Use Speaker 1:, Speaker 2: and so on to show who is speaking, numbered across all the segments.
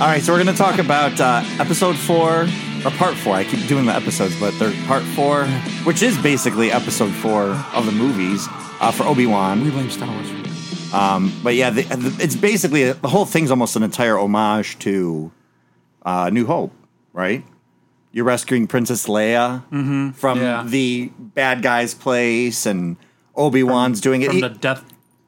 Speaker 1: All right, so we're going to talk about uh, episode four, or part four. I keep doing the episodes, but they're part four, which is basically episode four of the movies uh, for Obi Wan.
Speaker 2: We blame Star Wars for this.
Speaker 1: Um, but yeah, the, the, it's basically the whole thing's almost an entire homage to uh, New Hope, right? You're rescuing Princess Leia from
Speaker 2: Mm-hmm. Yeah.
Speaker 1: the bad guy's place, and Obi Wan's doing it.
Speaker 3: from
Speaker 1: He-
Speaker 3: the death.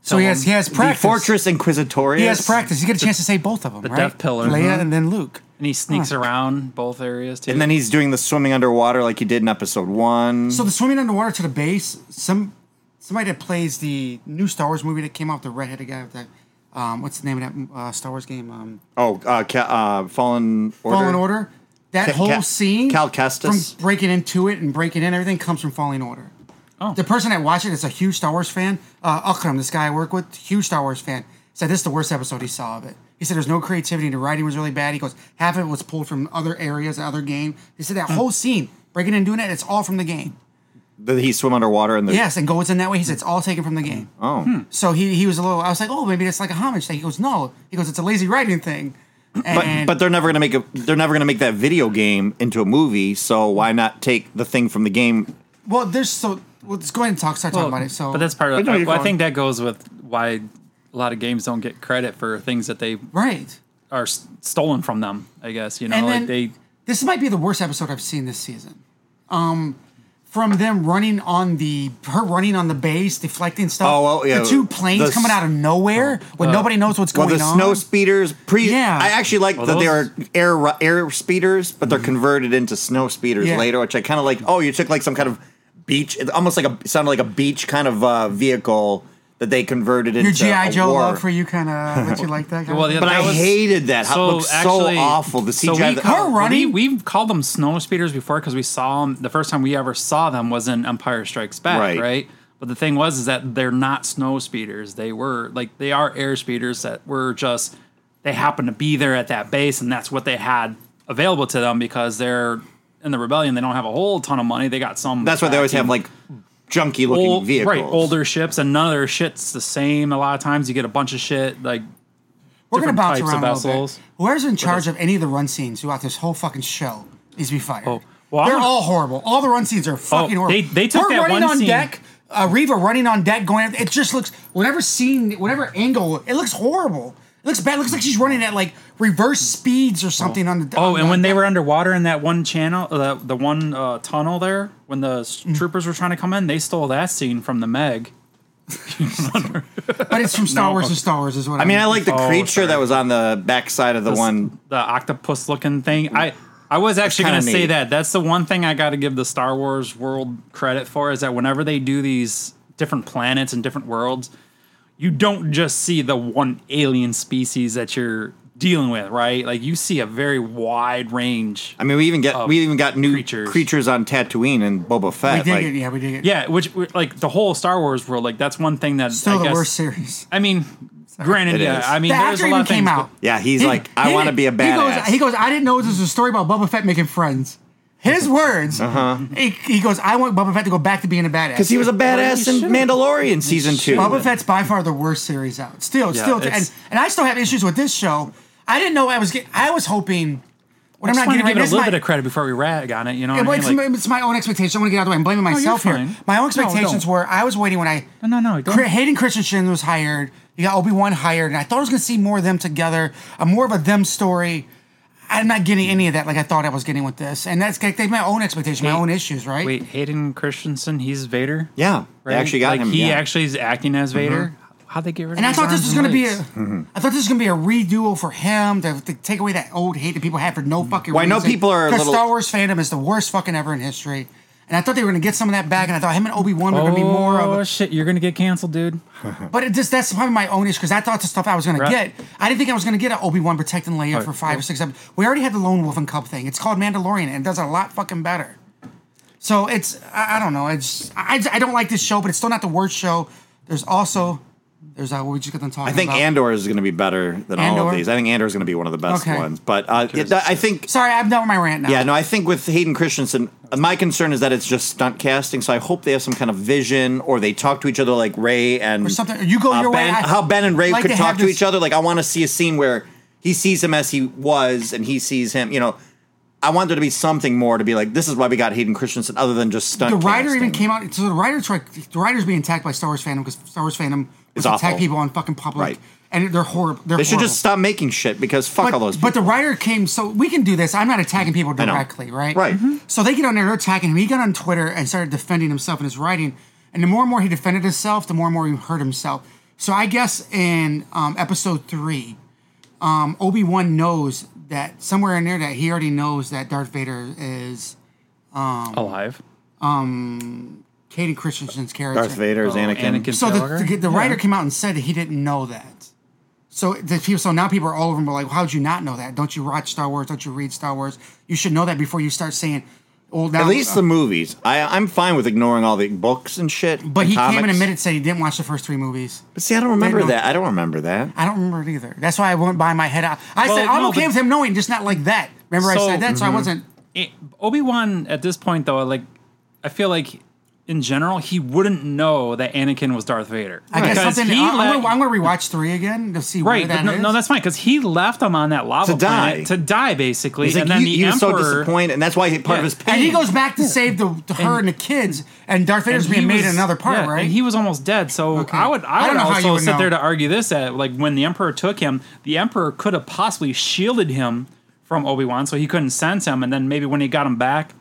Speaker 2: So he has he has
Speaker 1: the
Speaker 2: practice.
Speaker 1: Fortress Inquisitorius.
Speaker 2: He has practice. You get a chance to say both of them.
Speaker 3: the
Speaker 2: right?
Speaker 3: Death Pillar.
Speaker 2: Leia,
Speaker 3: Mhm.
Speaker 2: and then Luke.
Speaker 3: and he sneaks around both areas too.
Speaker 1: And then he's doing the swimming underwater like he did in episode one.
Speaker 2: So the swimming underwater to the base. Some somebody that plays the new Star Wars movie that came out, the redheaded guy with that. Um, what's the name of that uh, Star Wars game? Um,
Speaker 1: Oh, uh, ca- uh, Fallen Order.
Speaker 2: Fallen Order. That
Speaker 1: Ca-
Speaker 2: whole
Speaker 1: Ca-
Speaker 2: scene,
Speaker 1: Cal Kestis.
Speaker 2: from breaking into it and breaking in everything, comes from Falling Order.
Speaker 3: Oh.
Speaker 2: The person that watched it is a huge Star Wars fan. Uh, Akram, this guy I work with, huge Star Wars fan, said this is the worst episode he saw of it. He said there's no creativity. The writing was really bad. He goes, half of it was pulled from other areas, other game. He said
Speaker 1: Hmm.
Speaker 2: that whole scene, breaking in, doing it, it's all from the game.
Speaker 1: Did he swim underwater and the
Speaker 2: Yes, and goes in that way. He said it's all taken from the game.
Speaker 1: Oh.
Speaker 2: So he he was a little. I was like, oh, maybe it's like a homage thing. He goes, no. He goes, it's a lazy writing thing.
Speaker 1: But
Speaker 2: And
Speaker 1: but they're never gonna make a they're never gonna make that video game into a movie. So why not take the thing from the game?
Speaker 2: well, there's so well, let's go ahead and talk. Start
Speaker 3: Well,
Speaker 2: talking about it. So,
Speaker 3: but that's part of.
Speaker 1: But no,
Speaker 3: I,
Speaker 1: you're
Speaker 3: well, I
Speaker 1: fine.
Speaker 3: think that goes with why a lot of games don't get credit for things that they
Speaker 2: right.
Speaker 3: are s- stolen from them. I guess you know,
Speaker 2: And
Speaker 3: Oh, like
Speaker 2: then-
Speaker 3: they.
Speaker 2: This might be the worst episode I've seen this season. Um, from them running on the her running on the base, deflecting stuff.
Speaker 1: Oh, well, yeah.
Speaker 2: The two planes
Speaker 1: The s-
Speaker 2: coming out of nowhere
Speaker 3: Oh,
Speaker 2: when
Speaker 3: uh,
Speaker 2: nobody knows what's
Speaker 1: Well,
Speaker 2: going
Speaker 1: the
Speaker 2: on.
Speaker 1: snow speeders pre.
Speaker 2: Yeah.
Speaker 1: I actually like
Speaker 3: Well,
Speaker 1: that they
Speaker 3: those- Mm-hmm.
Speaker 1: are air ru- air speeders, but they're converted into snow speeders
Speaker 2: Yeah.
Speaker 1: later, which I kind of like. Oh, you took like some kind of beach. It almost like a sounded like a beach kind of uh, vehicle that they converted
Speaker 2: Your
Speaker 1: into
Speaker 2: GI
Speaker 1: a
Speaker 2: Joe
Speaker 1: war.
Speaker 2: love for you kind of let you like that. Kind
Speaker 3: Well, the
Speaker 1: But
Speaker 3: That
Speaker 1: I
Speaker 3: was-
Speaker 1: hated that. How, it looked so awful. The
Speaker 3: so
Speaker 1: CGI.
Speaker 3: we
Speaker 1: that-
Speaker 2: Her
Speaker 3: call-
Speaker 2: running?
Speaker 3: We, have called them snow speeders before because we saw them. The first time we ever saw them was in Empire Strikes Back,
Speaker 1: Right.
Speaker 3: right? But the thing was is that they're not snow speeders. They were like they are air speeders that were just they happened to be there at that base and that's what they had available to them because they're in the rebellion. They don't have a whole ton of money. They got some.
Speaker 1: That's why they always have
Speaker 3: vacuum
Speaker 1: like junky looking
Speaker 3: old,
Speaker 1: vehicles.
Speaker 3: right? Older ships and none of their shit's the same. A lot of times you get a bunch of shit like
Speaker 2: We're gonna
Speaker 3: different
Speaker 2: bounce
Speaker 3: types of
Speaker 2: around a little
Speaker 3: vessels.
Speaker 2: bit. Whoever's in charge of any of the run scenes throughout this whole fucking show needs to be fired.
Speaker 3: Oh, well,
Speaker 2: they're
Speaker 3: I'm-
Speaker 2: all horrible. All the run scenes are fucking
Speaker 3: Oh,
Speaker 2: horrible.
Speaker 3: they- they took
Speaker 2: Her
Speaker 3: that
Speaker 2: running
Speaker 3: one
Speaker 2: on
Speaker 3: scene-
Speaker 2: deck. Uh, Reva running on deck, going. It just looks whatever scene, whatever angle, it looks horrible. It looks bad. It looks like she's running at like reverse speeds or something on the.
Speaker 3: Oh,
Speaker 2: on
Speaker 3: and
Speaker 2: the-
Speaker 3: when they were underwater in that one channel, uh, the, the one uh, tunnel there, when the s
Speaker 1: Mm.
Speaker 3: troopers were trying to come in, they stole that scene from the Meg.
Speaker 2: but it's from Star
Speaker 3: No,
Speaker 2: Wars
Speaker 3: okay.
Speaker 2: to Star Wars is what
Speaker 1: I mean, I like the
Speaker 3: Oh,
Speaker 1: creature
Speaker 3: sorry.
Speaker 1: that was on the backside of the one.
Speaker 3: the octopus looking thing. I I was actually
Speaker 1: kinda
Speaker 3: gonna say
Speaker 1: neat.
Speaker 3: that. That's the one thing I got to give the Star Wars world credit for is that whenever they do these different planets and different worlds, you don't just see the one alien species that you're dealing with, right? Like you see a very wide range.
Speaker 1: I mean, we even get we even got new creatures,
Speaker 3: Oh, creatures.
Speaker 1: on Tatooine and Boba
Speaker 2: we
Speaker 1: Fett.
Speaker 2: dig
Speaker 1: like,
Speaker 2: it. Yeah, we dig it.
Speaker 3: Yeah, which like the whole Star Wars world, like that's one thing that
Speaker 2: still
Speaker 3: I
Speaker 2: the
Speaker 3: guess,
Speaker 2: worst series.
Speaker 3: I mean, granted,
Speaker 1: It
Speaker 3: yeah.
Speaker 1: is.
Speaker 3: I mean,
Speaker 2: the
Speaker 3: there's
Speaker 2: actor
Speaker 3: a lot
Speaker 2: even
Speaker 3: of things.
Speaker 2: came out.
Speaker 1: Yeah, he's like, I
Speaker 2: he
Speaker 1: want to
Speaker 2: did-
Speaker 1: be a badass.
Speaker 2: He goes, he goes, I didn't know this was a story about Boba Fett making friends. His words. Uh-huh. He, he goes, I want Boba Fett to go back to being a badass.
Speaker 1: because he was a badass in Mandalorian season two.
Speaker 2: Boba Fett's by far the worst series out. Still,
Speaker 3: Yeah,
Speaker 2: still,
Speaker 3: it's-
Speaker 2: and, and I still have issues with this show. I didn't know I was. Get, I was hoping. What I'm
Speaker 3: Just
Speaker 2: not
Speaker 3: want
Speaker 2: getting
Speaker 3: to give
Speaker 2: right
Speaker 3: it a
Speaker 2: this
Speaker 3: little
Speaker 2: my,
Speaker 3: bit of credit before we rag on it. You know,
Speaker 2: Yeah, but
Speaker 3: what I mean?
Speaker 2: it's,
Speaker 3: Like-
Speaker 2: my, it's my own expectation. I want to get out of the way. I'm blaming myself here.
Speaker 3: fine.
Speaker 2: My own
Speaker 3: No,
Speaker 2: expectations
Speaker 3: don't.
Speaker 2: were I was waiting when I
Speaker 3: No, no, no, don't.
Speaker 2: Cri- Hayden Christensen was hired. You got Obi Wan hired, and I thought I was going to see more of them together, a more of a them story. I'm not getting any of that like I thought I was getting with this, and that's like, that's my own expectation, my
Speaker 3: Hey,
Speaker 2: own issues, right?
Speaker 3: Wait, Hayden Christensen, he's Vader.
Speaker 1: yeah, they actually got
Speaker 3: like,
Speaker 1: him.
Speaker 3: He
Speaker 1: yeah.
Speaker 3: actually is acting as Vader. How'd they get rid
Speaker 2: Mm-hmm.
Speaker 3: of?
Speaker 2: And I
Speaker 3: his
Speaker 2: thought this
Speaker 3: arms
Speaker 2: was
Speaker 3: and
Speaker 2: going to be a,
Speaker 3: legs?
Speaker 2: I thought this was going to be a redo for him to, to take away that old hate that people had for no fucking.
Speaker 1: Well, I
Speaker 2: reason.
Speaker 1: know people are a
Speaker 2: because
Speaker 1: little-
Speaker 2: Star Wars fandom is the worst fucking ever in history, and I thought they were going to get some of that back, and I thought him and Obi Wan were going to be more of.
Speaker 3: Oh
Speaker 2: a...
Speaker 3: shit! You're gonna get canceled, dude.
Speaker 2: But it just that's probably my own issue because I thought the stuff I was going
Speaker 3: Right.
Speaker 2: to get, I didn't think I was going to get an Obi Wan protecting Leia
Speaker 3: Right.
Speaker 2: for five or six episodes. We already had the Lone Wolf and Cub thing. It's called Mandalorian and it does a lot fucking better. So it's I, I don't know. It's I, I don't like this show, but it's still not the worst show. There's also there's uh, what we just got done talking.
Speaker 1: I think
Speaker 2: about.
Speaker 1: Andor is going to be better than all of
Speaker 2: Andor?
Speaker 1: these. I think Andor is going to be one of the best
Speaker 2: Okay.
Speaker 1: ones. But uh, it- I think
Speaker 2: Sorry, I'm done with my rant now.
Speaker 1: Yeah, no, I think with Hayden Christensen, my concern is that it's just stunt casting. So I hope they have some kind of vision, or they talk to each other like Ray and uh,
Speaker 2: something. You go your way,
Speaker 1: ben,
Speaker 2: I-
Speaker 1: how Ben and Ray
Speaker 2: like
Speaker 1: could
Speaker 2: to
Speaker 1: talk
Speaker 2: have
Speaker 1: to
Speaker 2: this-
Speaker 1: each other. Like I want to see a scene where he sees him as he was, and he sees him. You know, I want there to be something more to be like. This is why we got Hayden Christensen, other than just stunt.
Speaker 2: The writer even
Speaker 1: casting.
Speaker 2: came out. So the writer tried. The writer's being attacked by Star Wars fandom because Star Wars fandom was
Speaker 1: It's awful.
Speaker 2: attack people on fucking public,
Speaker 1: Right.
Speaker 2: and they're horrible. They're
Speaker 1: They should
Speaker 2: horrible.
Speaker 1: just stop making shit because fuck
Speaker 2: But,
Speaker 1: all those.
Speaker 2: but the writer came, so we can do this. I'm not attacking people
Speaker 1: know.
Speaker 2: directly, right?
Speaker 1: Right. Mhm.
Speaker 2: So they get on there, they're attacking him. He got on Twitter and started defending himself in his writing. And the more and more he defended himself, the more and more he hurt himself. So I guess in um, episode three, um, Obi Wan knows that somewhere in there that he already knows that Darth Vader is Oh.
Speaker 3: alive.
Speaker 2: Katie Christensen's character.
Speaker 1: Darth Vader is Anakin.
Speaker 3: Anakin.
Speaker 2: So the,
Speaker 3: Skywalker?
Speaker 2: the, the writer came out and said that he didn't know that. So the people, so now people are all over him. Are like, how'd you not know that? Don't you watch Star Wars? Don't you read Star Wars? You should know that before you start saying, "Well, now,
Speaker 1: At least
Speaker 2: uh,
Speaker 1: the movies. I, I'm fine with ignoring all the books and shit.
Speaker 2: But
Speaker 1: and
Speaker 2: he came and
Speaker 1: comics.
Speaker 2: admitted said he didn't watch the first three movies.
Speaker 1: But see, I don't remember
Speaker 2: know.
Speaker 1: that. I don't remember that.
Speaker 2: I don't remember it either. That's why I went by my head out. I
Speaker 3: Well,
Speaker 2: said I'm
Speaker 3: no,
Speaker 2: okay
Speaker 3: but-
Speaker 2: with him knowing, just not like that. Remember I
Speaker 3: So-
Speaker 2: said that, so I
Speaker 1: Mm-hmm.
Speaker 2: wasn't.
Speaker 3: Obi Wan Eh, at this point though, like I feel like in general he wouldn't know that Anakin was Darth Vader.
Speaker 2: I guess
Speaker 3: Because
Speaker 2: something.
Speaker 3: he
Speaker 2: I,
Speaker 3: let-
Speaker 2: am gonna, I'm gonna rewatch three again to see
Speaker 3: Right,
Speaker 2: where
Speaker 3: but
Speaker 2: that
Speaker 3: no,
Speaker 2: is.
Speaker 3: no, that's fine because he left them on that lava
Speaker 1: To
Speaker 3: planet
Speaker 1: die.
Speaker 3: to die, basically,
Speaker 1: He's
Speaker 3: and
Speaker 1: like,
Speaker 3: then
Speaker 1: you,
Speaker 3: the
Speaker 1: you were so
Speaker 3: emperor.
Speaker 1: disappointed, and that's why he, part of
Speaker 3: Yeah.
Speaker 1: his pain.
Speaker 2: and he goes back to save the, the her and, the kids, and Darth Vader's
Speaker 3: he
Speaker 2: being made
Speaker 3: was-
Speaker 2: another part,
Speaker 3: yeah,
Speaker 2: right?
Speaker 3: And he was almost dead. So
Speaker 2: Okay.
Speaker 3: I would,
Speaker 2: I
Speaker 3: I
Speaker 2: don't
Speaker 3: would
Speaker 2: know how you
Speaker 3: also
Speaker 2: would
Speaker 3: sit
Speaker 2: know.
Speaker 3: there to argue this at like when the emperor took him, the emperor could have possibly shielded him from Obi Wan, so he couldn't sense him. And then maybe when he got him back,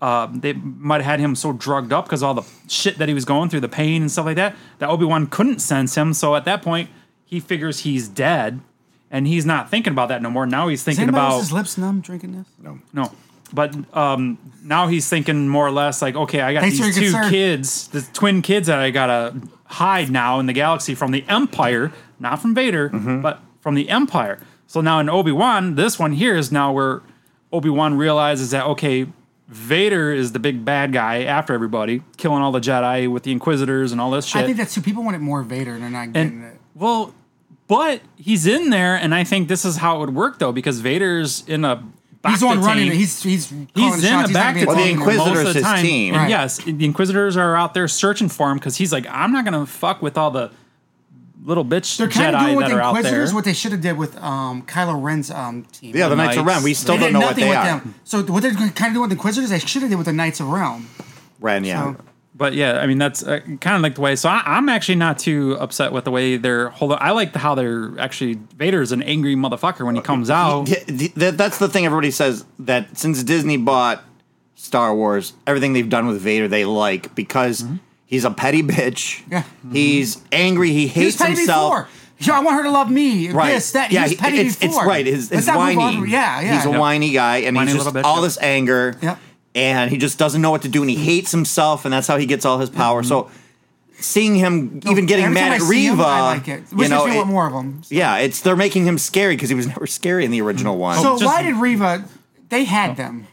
Speaker 3: uh, they might have had him so drugged up because all the shit that he was going through, the pain and stuff like that, that Obi Wan couldn't sense him. So at that point, he figures he's dead, and he's not thinking about that no more. Now he's
Speaker 2: Is
Speaker 3: thinking
Speaker 2: anybody
Speaker 3: about
Speaker 2: else's lips numb drinking this?
Speaker 3: no. But um, now he's thinking more or less like, okay, I got
Speaker 2: Thanks for
Speaker 3: these
Speaker 2: your
Speaker 3: two
Speaker 2: concern.
Speaker 3: kids, the twin kids that I gotta hide now in the galaxy from the Empire, not from Vader,
Speaker 2: Mm-hmm.
Speaker 3: but from the Empire. So now in Obi Wan, this one here is now where Obi Wan realizes that okay, Vader is the big bad guy after everybody, killing all the Jedi with the Inquisitors and all this shit.
Speaker 2: I think that's who people wanted more Vader, and they're not getting
Speaker 3: And
Speaker 2: it.
Speaker 3: well, but he's in there, and I think this is how it would work though, because Vader's in a
Speaker 2: He's the
Speaker 3: Bacta
Speaker 2: one running.
Speaker 3: tank.
Speaker 2: it. He's he's calling
Speaker 3: He's
Speaker 2: the
Speaker 3: in
Speaker 2: shots.
Speaker 3: the
Speaker 2: he's not
Speaker 3: back
Speaker 2: being
Speaker 3: to
Speaker 1: Well, the
Speaker 2: told.
Speaker 3: tank
Speaker 1: Inquisitor- Inquisitors
Speaker 3: most of the
Speaker 1: his
Speaker 3: time.
Speaker 1: team.
Speaker 2: Right.
Speaker 3: And yes, the Inquisitors are out there searching for him because he's like, I'm not gonna fuck with all the little bitch
Speaker 2: They're kind of
Speaker 3: Jedi
Speaker 2: doing with
Speaker 3: that
Speaker 2: the
Speaker 3: are out there.
Speaker 2: Inquisitors what they should have did with um, Kylo Ren's um, team.
Speaker 1: yeah, the
Speaker 3: Knights.
Speaker 1: Knights of Ren. We still
Speaker 2: did
Speaker 1: don't know what
Speaker 2: nothing
Speaker 1: they
Speaker 2: with
Speaker 1: are.
Speaker 2: them. So what they're kind of doing with the Inquisitors, they should have did with the Knights of Realm.
Speaker 1: Ren, yeah.
Speaker 2: So-
Speaker 3: but yeah, I mean that's uh, kind of like the way. So I, I'm actually not too upset with the way they're holding. I like the, how they're actually Vader's an angry motherfucker
Speaker 2: Uh,
Speaker 3: when he comes out.
Speaker 1: Yeah, th- th- that's the thing everybody says that since Disney bought Star Wars, everything they've done with Vader they like because he's a petty bitch.
Speaker 2: Mm-hmm. Yeah. Mm-hmm.
Speaker 1: He's angry. He
Speaker 2: He was
Speaker 1: hates
Speaker 2: petty
Speaker 1: himself.
Speaker 2: before. Yo, I want her to love me.
Speaker 1: Right.
Speaker 2: This, that.
Speaker 1: yeah,
Speaker 2: he was petty
Speaker 1: it's,
Speaker 2: before.
Speaker 1: It's right. His, his
Speaker 2: Let's not move
Speaker 1: whiny.
Speaker 2: on. Yeah, yeah.
Speaker 1: He's a whiny guy, and
Speaker 3: Whiny
Speaker 1: he's just
Speaker 3: little bitch,
Speaker 1: all
Speaker 3: yeah.
Speaker 1: this anger.
Speaker 2: Yep.
Speaker 1: And he just doesn't know what to do, and he hates himself, and that's how he gets all his power. So, seeing him even getting
Speaker 2: Mm-hmm. Every time
Speaker 1: mad
Speaker 2: I
Speaker 1: at
Speaker 2: see
Speaker 1: Reva,
Speaker 2: him, I like it. Which
Speaker 1: you know,
Speaker 2: makes me
Speaker 1: it-
Speaker 2: want more of them.
Speaker 1: yeah, it's they're making him scary because he was never scary in the original one.
Speaker 2: Mm-hmm. So
Speaker 3: just-
Speaker 2: why did Reva? They had them.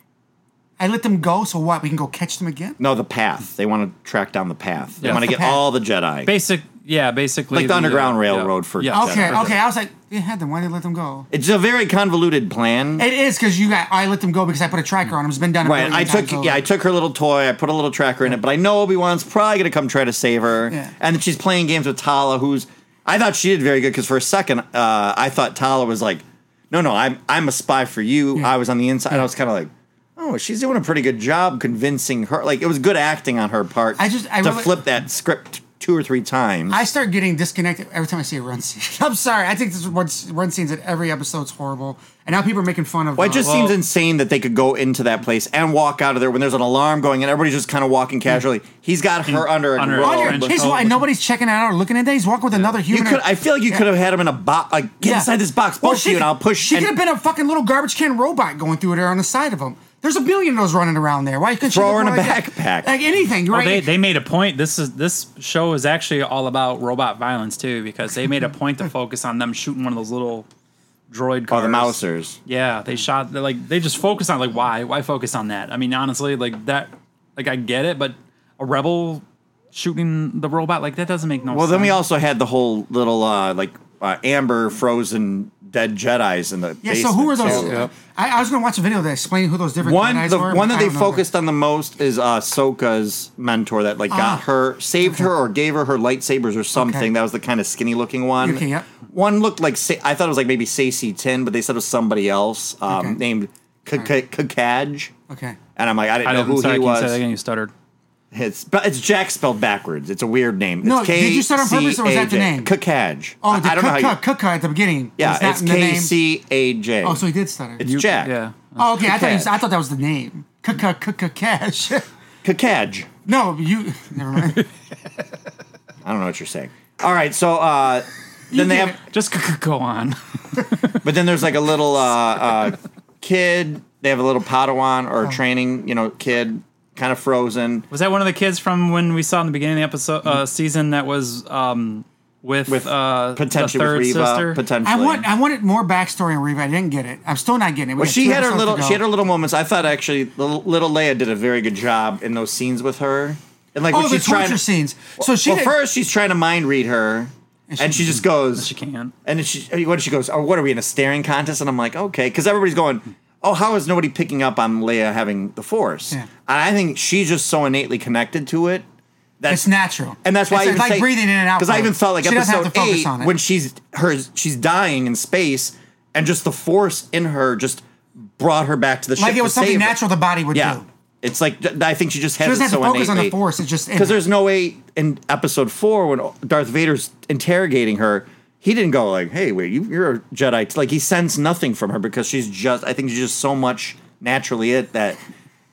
Speaker 2: I let them go. So what? We can go catch them again.
Speaker 1: no, the path. They want to track down the path. They
Speaker 3: Yeah.
Speaker 1: want to
Speaker 3: The
Speaker 1: get
Speaker 2: path.
Speaker 1: all the Jedi.
Speaker 3: Basic, yeah, basically
Speaker 1: Like the Underground Railroad for-
Speaker 3: yeah.
Speaker 1: Yes.
Speaker 2: Okay,
Speaker 1: Yeah.
Speaker 2: okay. I was like, they had them. Why did they let them go?
Speaker 1: It's a very convoluted plan.
Speaker 2: It is because you got. I let them go because I put a tracker on them. It's been done. a
Speaker 1: Right,
Speaker 2: billion
Speaker 1: I
Speaker 2: times
Speaker 1: took
Speaker 2: over.
Speaker 1: yeah, I took her little toy. I put a little tracker in it, but I know Obi Wan's probably gonna come try to save her.
Speaker 2: Yeah.
Speaker 1: And then she's playing games with Tala, who's I thought she did very good because for a second, uh, I thought Tala was like, "No, no, I'm I'm a spy for you." I was on the inside. And I was kind of like, "Oh, she's doing a pretty good job convincing her." Like it was good acting on her part.
Speaker 2: I just- I
Speaker 1: to
Speaker 2: really-
Speaker 1: flip that script two or three times.
Speaker 2: I start getting disconnected every time I see a run scene. I'm sorry. I think this run, run scenes at every episode's horrible, and now people are making fun of.
Speaker 1: Well,
Speaker 2: uh,
Speaker 1: it just
Speaker 3: Well-
Speaker 1: seems insane that they could go into that place and walk out of there when there's an alarm going and everybody's just kind of
Speaker 2: Mm.
Speaker 1: walking casually. He's got her under a
Speaker 3: Mm. under a
Speaker 1: robe.
Speaker 2: on
Speaker 3: trench
Speaker 2: your his
Speaker 3: coat.
Speaker 2: why nobody's checking it out or looking at that. He's walking with another
Speaker 1: Oh, You
Speaker 2: human.
Speaker 1: could. I feel like you could have had him in a box. Like get
Speaker 2: Yeah.
Speaker 1: inside this box,
Speaker 2: Well,
Speaker 1: both of you, and I'll push.
Speaker 2: She
Speaker 1: and
Speaker 2: could have been a fucking little garbage can robot going through there on the side of him. There's a billion of those running around there. Why couldn't she
Speaker 1: Throw
Speaker 2: look
Speaker 1: her in
Speaker 2: more
Speaker 1: a
Speaker 2: like that?
Speaker 1: backpack.
Speaker 2: Like anything, right?
Speaker 3: Well, they, they made a point. This is this show is actually all about robot violence too, because they made a point to focus on them shooting one of those little droid
Speaker 1: Oh,
Speaker 3: cars.
Speaker 1: the mousers.
Speaker 3: Yeah, they shot. they're Like they just focus on like why why focus on that? I mean, honestly, like that. Like I get it, but a rebel shooting the robot like that doesn't make no.
Speaker 1: Well,
Speaker 3: sense.
Speaker 1: then we also had the whole little uh, like uh, amber frozen dead Jedi's in the
Speaker 2: Yeah, so who are
Speaker 1: basement,
Speaker 2: those?
Speaker 1: too.
Speaker 2: I, I was going to watch a video that explained who those different
Speaker 1: One,
Speaker 2: Jedi's
Speaker 1: the
Speaker 2: were,
Speaker 1: one
Speaker 2: but
Speaker 1: that
Speaker 2: I
Speaker 1: they
Speaker 2: don't know them.
Speaker 1: focused on the most is uh, Ahsoka's mentor that like got
Speaker 2: Ah.
Speaker 1: her, saved her, or gave her her lightsabers or something.
Speaker 2: Okay.
Speaker 1: That was the kind of skinny looking one.
Speaker 2: Okay, yep.
Speaker 1: One looked like Sa- I thought it was like maybe Stacey Tin, but they said it was somebody else um,
Speaker 2: Okay.
Speaker 1: named Kakaj.
Speaker 2: Okay.
Speaker 1: And I'm like, I didn't
Speaker 3: I
Speaker 1: know
Speaker 3: didn't
Speaker 1: who
Speaker 3: say,
Speaker 1: he
Speaker 3: I can say that
Speaker 1: was.
Speaker 3: again. You stuttered.
Speaker 1: It's but it's Jack spelled backwards. It's a weird name.
Speaker 2: No,
Speaker 1: it's
Speaker 2: did you start on purpose or was that
Speaker 1: K-C-A-J.
Speaker 2: the name?
Speaker 1: Kakaj.
Speaker 2: Oh, the
Speaker 1: I I don't know how you,
Speaker 2: cook, cook, at the beginning. It's
Speaker 1: Yeah,
Speaker 2: not
Speaker 1: it's
Speaker 2: in the
Speaker 1: K
Speaker 2: name.
Speaker 1: C A J.
Speaker 2: Oh, so he did stutter.
Speaker 1: it's Jack.
Speaker 3: Yeah.
Speaker 2: oh, okay. I thought, he,
Speaker 1: Kakaj.
Speaker 2: I thought that was the name. Cook, cook, cook, cook, cash.
Speaker 1: Kakaj.
Speaker 2: no, you. Never mind.
Speaker 1: I don't know what you're saying. All right, so uh, then they have,
Speaker 3: Just c- c- go on.
Speaker 1: but then there's like a little uh, uh, kid. They have a little Padawan
Speaker 2: Oh.
Speaker 1: or training, you know, kid, kind of frozen
Speaker 3: Was that one of the kids from when we saw in the beginning of the episode uh, season that was um, with,
Speaker 1: with
Speaker 3: uh,
Speaker 1: potentially
Speaker 3: the third
Speaker 1: with Reva,
Speaker 3: sister?
Speaker 1: potentially.
Speaker 2: I want I wanted more backstory on Reva. I didn't get it. I'm still not getting it. We
Speaker 1: Well,
Speaker 2: got
Speaker 1: she
Speaker 2: two
Speaker 1: had her
Speaker 2: episodes
Speaker 1: little
Speaker 2: to go.
Speaker 1: she had her little moments. I thought actually little, little Leia did a very good job in those scenes with her. And like
Speaker 2: Oh,
Speaker 1: when
Speaker 2: the
Speaker 1: she's
Speaker 2: torture
Speaker 1: trying
Speaker 2: scenes. So she
Speaker 1: well,
Speaker 2: did,
Speaker 1: first she's trying to mind read her, and,
Speaker 2: she
Speaker 1: she just goes.
Speaker 3: She can't.
Speaker 1: And then she, what she goes, oh, what are we in a staring contest? And I'm like, okay, because everybody's going, oh, how is nobody picking up on Leia having the Force?
Speaker 2: Yeah.
Speaker 1: And I think she's just so innately connected to it. That's
Speaker 2: it's natural.
Speaker 1: and that's why
Speaker 2: it's,
Speaker 1: I even
Speaker 2: like
Speaker 1: say-
Speaker 2: breathing in and out.
Speaker 1: Because I even felt like
Speaker 2: she doesn't
Speaker 1: episode
Speaker 2: have to focus
Speaker 1: eight
Speaker 2: on it.
Speaker 1: when she's her she's dying in space, and just the Force in her just brought her back to the ship.
Speaker 2: like it
Speaker 1: to
Speaker 2: was something
Speaker 1: save her.
Speaker 2: natural the body would
Speaker 1: Yeah,
Speaker 2: do.
Speaker 1: it's like th- I think she just has
Speaker 2: She doesn't
Speaker 1: it
Speaker 2: have
Speaker 1: so
Speaker 2: to focus on
Speaker 1: innately
Speaker 2: the force. It's just in
Speaker 1: because
Speaker 2: her.
Speaker 1: there's no way in episode four when Darth Vader's interrogating her, he didn't go like, "Hey, wait, you, you're a Jedi." Like he sensed nothing from her because she's just. I think she's just so much naturally it that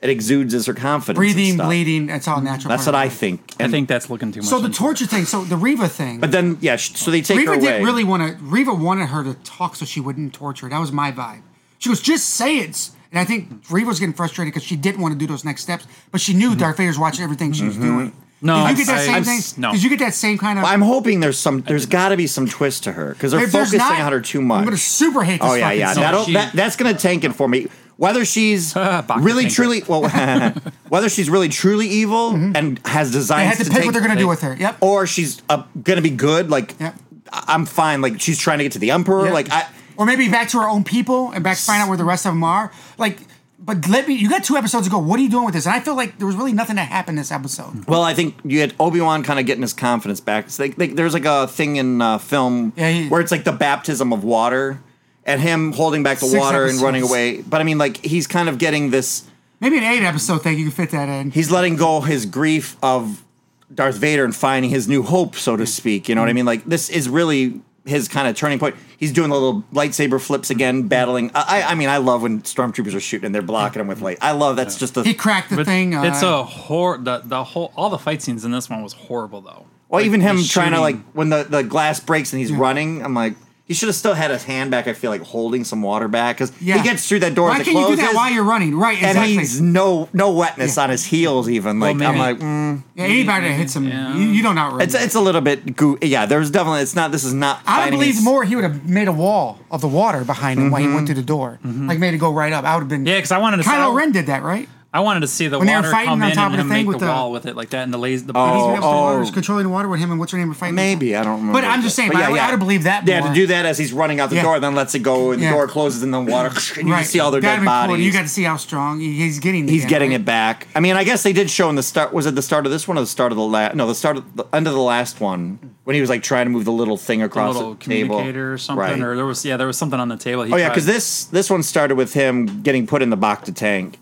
Speaker 1: it exudes as her confidence. and
Speaker 2: breathing,
Speaker 1: stuff. Mm-hmm.
Speaker 2: bleeding. It's all natural.
Speaker 1: That's
Speaker 2: part
Speaker 1: what
Speaker 2: of
Speaker 1: I
Speaker 2: it.
Speaker 1: think.
Speaker 3: I
Speaker 1: And-
Speaker 3: think that's looking too much.
Speaker 2: So the
Speaker 3: into
Speaker 2: torture thing. So the Reva thing.
Speaker 1: But then, yeah. sh- So they take
Speaker 2: Reva
Speaker 1: her away.
Speaker 2: didn't really want to. Reva wanted her to talk so she wouldn't torture. That was my vibe. She goes, just say it. And I think Reva was getting frustrated because she didn't want to do those next steps, but she
Speaker 1: Mm-hmm.
Speaker 2: knew Darth Vader's watching everything she was doing.
Speaker 3: No,
Speaker 2: did you get that
Speaker 3: I-
Speaker 2: same
Speaker 3: I'm
Speaker 2: thing?
Speaker 3: s- no.
Speaker 2: Did you get that same kind of?
Speaker 1: I'm hoping there's some. There's got to be some twist to her because they're
Speaker 2: If there's
Speaker 1: focusing
Speaker 2: not,
Speaker 1: on her too much.
Speaker 2: I'm gonna super hate this.
Speaker 1: Oh yeah,
Speaker 2: fucking
Speaker 1: yeah.
Speaker 2: scene.
Speaker 1: That'll,
Speaker 3: She-
Speaker 1: that, that's gonna tank it for me. Whether she's
Speaker 3: Baka
Speaker 1: really
Speaker 3: tank it.
Speaker 1: truly well, whether she's really truly evil and has
Speaker 2: Mm-hmm. They
Speaker 1: designs
Speaker 2: had to pick
Speaker 1: take,
Speaker 2: what they're gonna
Speaker 3: they-
Speaker 2: do with her. Yep.
Speaker 1: or she's uh, gonna be good. Like
Speaker 2: Yep.
Speaker 1: I- I'm fine. Like she's trying to get to the emperor.
Speaker 2: Yep.
Speaker 1: Like I,
Speaker 2: or maybe back to her own people and back find out where the rest of them are. Like, but let me. You got two episodes ago. What are you doing with this? And I feel like there was really nothing that happened this episode.
Speaker 1: well, I think you had Obi Wan kind of getting his confidence back. So they, they, there's like a thing in uh, film
Speaker 2: Yeah, he-
Speaker 1: where it's like the baptism of water and him holding back the
Speaker 2: Six
Speaker 1: water and
Speaker 2: episodes.
Speaker 1: running away. But I mean, like he's kind of getting this.
Speaker 2: Maybe an eight episode thing. You can fit that in.
Speaker 1: he's letting go his grief of Darth Vader and finding his new hope, so to speak. You know what I mean? Like this is really his kind of turning point. He's doing the little lightsaber flips again, battling. I, I I mean, I love when stormtroopers are shooting and they're blocking him with light. I love that's just
Speaker 2: He
Speaker 1: a.
Speaker 2: cracked the
Speaker 3: But
Speaker 2: thing. Uh,
Speaker 3: it's a hor the the whole all the fight scenes in this one was horrible though.
Speaker 1: Well, even him
Speaker 3: he's
Speaker 1: trying to like
Speaker 3: shooting.
Speaker 1: when the the glass breaks and he's running. I'm like. He should have still had his hand back. I feel like holding some water back because he gets through that door.
Speaker 2: Why
Speaker 1: as it
Speaker 2: can you do that
Speaker 1: closes,
Speaker 2: while you're running? Right.
Speaker 1: And
Speaker 2: Exactly. Oh,
Speaker 1: he's no no wetness on his heels. Even like I'm
Speaker 3: maybe-
Speaker 1: like, mm,
Speaker 2: yeah, anybody that hits him,
Speaker 3: Yeah.
Speaker 2: you, you don't outrun.
Speaker 1: it's it's a little bit goo. Yeah, there's definitely it's not. This is not.
Speaker 2: I would
Speaker 1: fighting
Speaker 2: believe
Speaker 1: his-
Speaker 2: more he would have made a wall of the water behind him while
Speaker 1: Mm-hmm.
Speaker 2: he went through the door, like made it go right up. I would have been.
Speaker 3: Mm-hmm. Yeah, 'cause I wanted to-
Speaker 2: Kylo Ren did that, right?
Speaker 3: I wanted to see the
Speaker 2: When they were
Speaker 3: water
Speaker 2: fighting
Speaker 3: come
Speaker 2: on
Speaker 3: in
Speaker 2: top
Speaker 3: and
Speaker 2: of the
Speaker 3: him
Speaker 2: thing
Speaker 3: make
Speaker 2: with
Speaker 3: the,
Speaker 2: the-
Speaker 3: wall with it like that and the laser the
Speaker 1: Oh,
Speaker 2: He's
Speaker 1: oh.
Speaker 2: water, he's controlling the water with him and what's her name were fighting.
Speaker 1: Maybe I don't remember.
Speaker 2: But I'm just saying, I- I would've believed that
Speaker 1: Yeah,
Speaker 2: more.
Speaker 1: to do that as he's running out the
Speaker 2: Yeah.
Speaker 1: door, then lets it go, and
Speaker 2: Yeah.
Speaker 1: the door closes, and then water. And you can see all their
Speaker 2: That'd
Speaker 1: dead
Speaker 2: be cool.
Speaker 1: bodies.
Speaker 2: You got to see how strong he- he's getting.
Speaker 1: he's
Speaker 2: again,
Speaker 1: getting
Speaker 2: right?
Speaker 1: it back. I mean, I guess they did show in the start. Was it the start of this one or the start of the last? No, the start of the end of the last one when he was like trying to move the little thing
Speaker 3: a
Speaker 1: across
Speaker 3: little
Speaker 1: the table.
Speaker 3: communicator or something
Speaker 1: Right.
Speaker 3: or there was yeah there was something on the table. He
Speaker 1: oh yeah,
Speaker 3: tried-
Speaker 1: because this this one started with him getting put in the Bacta tank,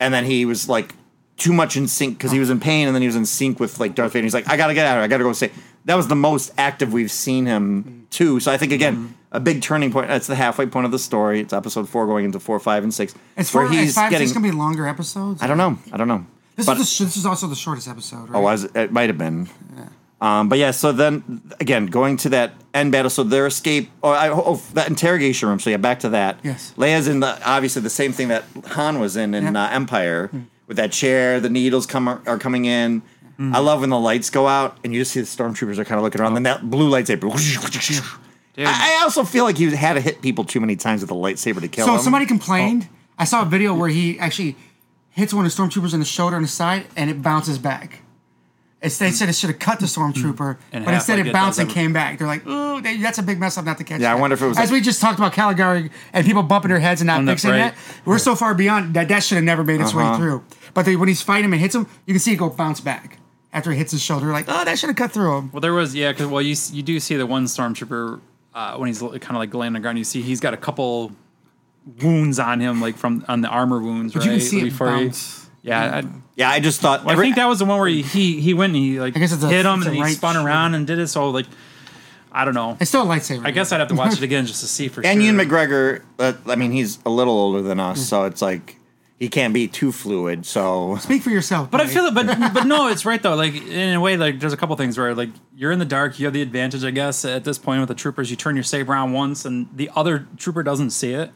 Speaker 1: and then he was like too much in sync because he was in pain, and then he was in sync with like Darth Vader. He's like, I gotta get out of here. I gotta go say. That was the most active we've seen him too. So I think again,
Speaker 2: Mm-hmm.
Speaker 1: a big turning point. That's the halfway point of the story. It's episode four going into four, five, and six,
Speaker 2: It's
Speaker 1: where
Speaker 2: four,
Speaker 1: he's
Speaker 2: it's five,
Speaker 1: getting.
Speaker 2: six gonna be longer episodes.
Speaker 1: I don't know. I don't know.
Speaker 2: This
Speaker 1: But-
Speaker 2: is the, sh- this is also the shortest episode. Right?
Speaker 1: Oh, was it? It might have been. Um, but yeah, so then again, going to that end battle, so their escape, oh, I, oh that interrogation room. So yeah, back to that.
Speaker 2: Yes.
Speaker 1: Leia's in the obviously the same thing that Han was in in
Speaker 2: Yeah. Hmm.
Speaker 1: uh, Empire with that chair. The needles come are coming in.
Speaker 2: Hmm.
Speaker 1: I love when the lights go out and you just see the stormtroopers are kind of looking around. Then that blue lightsaber. I, I also feel like you had to hit people too many times with a lightsaber to kill
Speaker 2: so
Speaker 1: them.
Speaker 2: somebody complained. I saw a video where he actually hits one of the stormtroopers in the shoulder and the side, and it bounces back. It's, they said it should have cut the stormtrooper,
Speaker 3: Mm. And
Speaker 2: but
Speaker 3: half,
Speaker 2: instead
Speaker 3: like,
Speaker 2: it
Speaker 3: it
Speaker 2: bounced
Speaker 3: does
Speaker 2: and
Speaker 3: every-
Speaker 2: came back. They're like, "Ooh, they, that's a big mess up not to catch."
Speaker 1: Yeah, I
Speaker 2: that."
Speaker 1: wonder if it was
Speaker 2: as
Speaker 1: like-
Speaker 2: we just talked about Caligari and people bumping their heads and not
Speaker 3: On the
Speaker 2: fixing
Speaker 3: break.
Speaker 2: that. We're so far beyond that. That should have never made its way
Speaker 1: Uh-huh.
Speaker 2: through. But they, when he's fighting him and hits him, you can see it go bounce back after it hits his shoulder. Like, oh, that should have cut through him.
Speaker 3: Well, there was yeah, because well, you s- you do see the one stormtrooper uh, when he's kind of like laying on the ground. You see he's got a couple wounds on him, like from on the armor wounds,
Speaker 4: But
Speaker 3: right?
Speaker 4: you can see it
Speaker 3: Before he-
Speaker 4: bounce.
Speaker 3: yeah, I,
Speaker 2: Mm.
Speaker 1: Yeah, I just thought.
Speaker 3: I
Speaker 1: every-
Speaker 3: think that was the one where he he, he went and he like
Speaker 2: I guess it's a-
Speaker 3: hit him
Speaker 2: it's
Speaker 3: and
Speaker 2: a
Speaker 3: he
Speaker 2: right
Speaker 3: spun
Speaker 2: shoulder.
Speaker 3: around and did it. So like, I don't know.
Speaker 2: It's still a lightsaber.
Speaker 3: I guess I'd have to watch it again just to see for
Speaker 1: and
Speaker 3: sure. Mm.
Speaker 1: Ian McGregor. Uh, I mean, he's a little older than us, so it's like he can't be too fluid. So
Speaker 2: Speak for yourself.
Speaker 3: But I feel it, but but no, it's right though. Like in a way, like there's a couple things where like you're in the dark, you have the advantage, I guess. At this point with the troopers, you turn your saber on once, and the other trooper doesn't see it,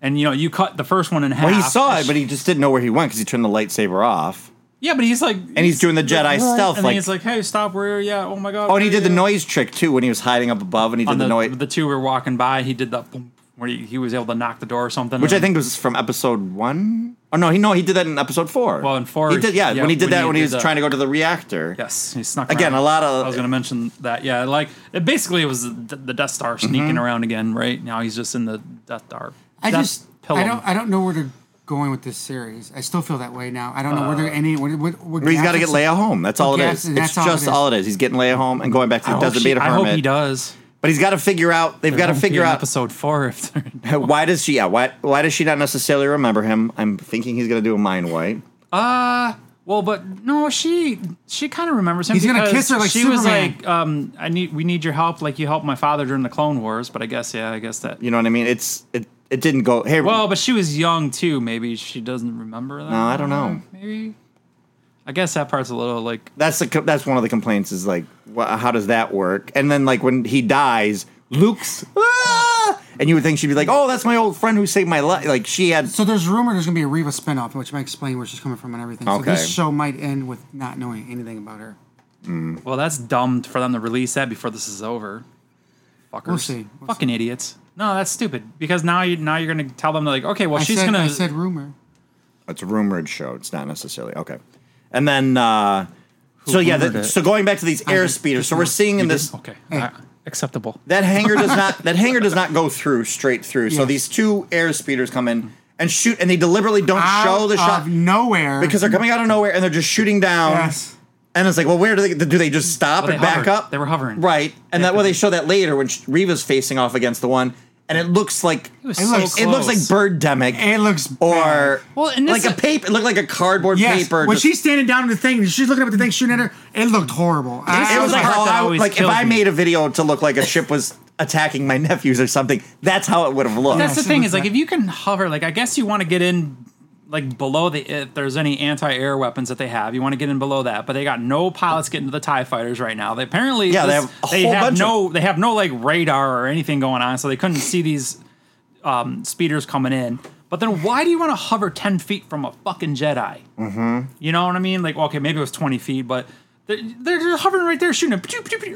Speaker 3: and you know you cut the first one in half.
Speaker 1: well, he saw it, but he just didn't know where he went because he turned the lightsaber off.
Speaker 3: yeah, but he's like, and
Speaker 1: he's doing the Jedi stealth,
Speaker 3: and then
Speaker 1: like-
Speaker 3: he's like, hey, stop, where, yeah, oh my god.
Speaker 1: Oh, and he did the
Speaker 3: yeah."
Speaker 1: noise trick too when he was hiding up above, and he
Speaker 3: On
Speaker 1: did
Speaker 3: the,
Speaker 1: the noise,
Speaker 3: the two were walking by, he did that boom, where he, he was able to knock the door or something,
Speaker 1: which I
Speaker 3: and-
Speaker 1: think was from episode one. Oh no, he no, he did that in episode four.
Speaker 3: Well, in four,
Speaker 1: he did yeah,
Speaker 3: yeah,
Speaker 1: when he did
Speaker 3: when
Speaker 1: that
Speaker 3: he
Speaker 1: when he
Speaker 3: did
Speaker 1: was
Speaker 3: the-
Speaker 1: trying to go to the reactor.
Speaker 3: Yes, he snuck
Speaker 1: Again,
Speaker 3: around.
Speaker 1: a lot of-
Speaker 3: I was going to mention that. Yeah, like it basically was the, the Death Star
Speaker 1: Mm-hmm.
Speaker 3: sneaking around again. Right now, he's just in the Death Star.
Speaker 2: I
Speaker 3: Death
Speaker 2: just
Speaker 3: Pillow.
Speaker 2: I don't I don't know where they're going with this series. I still feel that way now. I don't know
Speaker 3: Uh,
Speaker 2: where they're any. What, what, what
Speaker 1: He's got to get
Speaker 2: gaps-
Speaker 1: Leia home. That's all it
Speaker 2: Yes,
Speaker 1: is.
Speaker 2: and
Speaker 1: It's
Speaker 2: that's all it
Speaker 1: just
Speaker 2: is.
Speaker 1: all it is. He's getting Leia home and going back to
Speaker 3: I
Speaker 1: the
Speaker 3: hope
Speaker 1: desert
Speaker 3: she-
Speaker 1: beta
Speaker 3: I hope he
Speaker 1: hermit.
Speaker 3: does.
Speaker 1: But he's got to figure out. They've got to
Speaker 3: Won't be
Speaker 1: figure
Speaker 3: in
Speaker 1: out
Speaker 3: episode four. If they're-
Speaker 1: Uh, why does she? Yeah, why why does she not necessarily remember him? I'm thinking he's gonna do a mind wipe.
Speaker 3: Uh, well, but no, she she kind of remembers him.
Speaker 2: He's gonna
Speaker 3: because
Speaker 2: kiss her like
Speaker 3: she was
Speaker 2: Superman.
Speaker 3: like, um, "I need we need your help, like you helped my father during the Clone Wars." But I guess yeah, I guess that.
Speaker 1: You know what I mean? It's it it didn't go. Hey,
Speaker 3: Well, but she was young too. Maybe she doesn't remember that.
Speaker 1: no, I don't know.
Speaker 3: Maybe. I guess that part's a little like
Speaker 1: That's the co- that's one of the complaints is like, wha how does that work? And then like when he dies, Luke's. "Ah!" And you would think she'd be like, "Oh, that's my old friend who saved my life." Like she had.
Speaker 2: So there's rumor there's gonna be a Reva spinoff, which might explain where she's coming from and everything. So
Speaker 1: Okay.
Speaker 2: this show might end with not knowing anything about her.
Speaker 3: Well, that's dumb for them to release that before this is over. Fuckers.
Speaker 2: We'll see. We'll
Speaker 3: Fucking idiots. No, that's stupid. Because now you now you're gonna tell them like, okay, well
Speaker 2: I
Speaker 3: she's
Speaker 2: said,
Speaker 3: gonna
Speaker 2: I said rumor.
Speaker 1: It's a rumored show. It's not necessarily okay. And then. uh so yeah,
Speaker 3: rumored
Speaker 1: that,
Speaker 3: it?
Speaker 1: so going back to these air speeders, so we're seeing in this
Speaker 3: okay. uh, acceptable.
Speaker 1: that hanger does not that hanger does not go through straight through. So
Speaker 2: Yes.
Speaker 1: these two air speeders come in and shoot, and they deliberately don't show
Speaker 2: Out
Speaker 1: the shot
Speaker 2: of nowhere
Speaker 1: because they're coming out of nowhere and they're just shooting down.
Speaker 2: Yes.
Speaker 1: And it's like, well, where do they do they just stop
Speaker 3: Well,
Speaker 1: and
Speaker 3: they
Speaker 1: back
Speaker 3: hovered.
Speaker 1: up?
Speaker 3: They were hovering.
Speaker 1: right? And that well, they show that later when Sh- Reva's facing off against the one, and it looks like it,
Speaker 3: was
Speaker 2: It so looks-
Speaker 1: it looks like
Speaker 3: close.
Speaker 1: Birdemic.
Speaker 2: it looks
Speaker 1: or
Speaker 3: Well, and this
Speaker 1: like
Speaker 3: is-
Speaker 1: a paper, it looked like a cardboard
Speaker 2: yes.
Speaker 1: paper.
Speaker 2: when
Speaker 1: just-
Speaker 2: she's standing down in the thing, she's looking up at the thing, shooting at her. It looked horrible. I,
Speaker 1: it was
Speaker 3: the
Speaker 1: like
Speaker 3: part
Speaker 1: how
Speaker 3: that
Speaker 1: I would-
Speaker 3: always
Speaker 1: like if
Speaker 3: kills
Speaker 1: I
Speaker 3: me.
Speaker 1: made a video to look like a ship was attacking my nephews or something. That's how it would have looked.
Speaker 3: That's the
Speaker 2: she
Speaker 3: thing
Speaker 2: was
Speaker 3: is like
Speaker 2: back-
Speaker 3: if you can hover, like I guess you want to get in like below the if there's any anti-air weapons that they have, you want to get in below that. But they got no pilots getting to the Tie Fighters right now. They apparently
Speaker 1: Yeah, they
Speaker 3: this-
Speaker 1: have a whole bunch
Speaker 3: no they have no like radar or anything going on, so they couldn't see these um, speeders coming in. But then why do you want to hover ten feet from a fucking Jedi?
Speaker 1: Mm-hmm.
Speaker 3: You know what I mean? Like okay, maybe it was twenty feet, but they're, they're they're hovering right there shooting.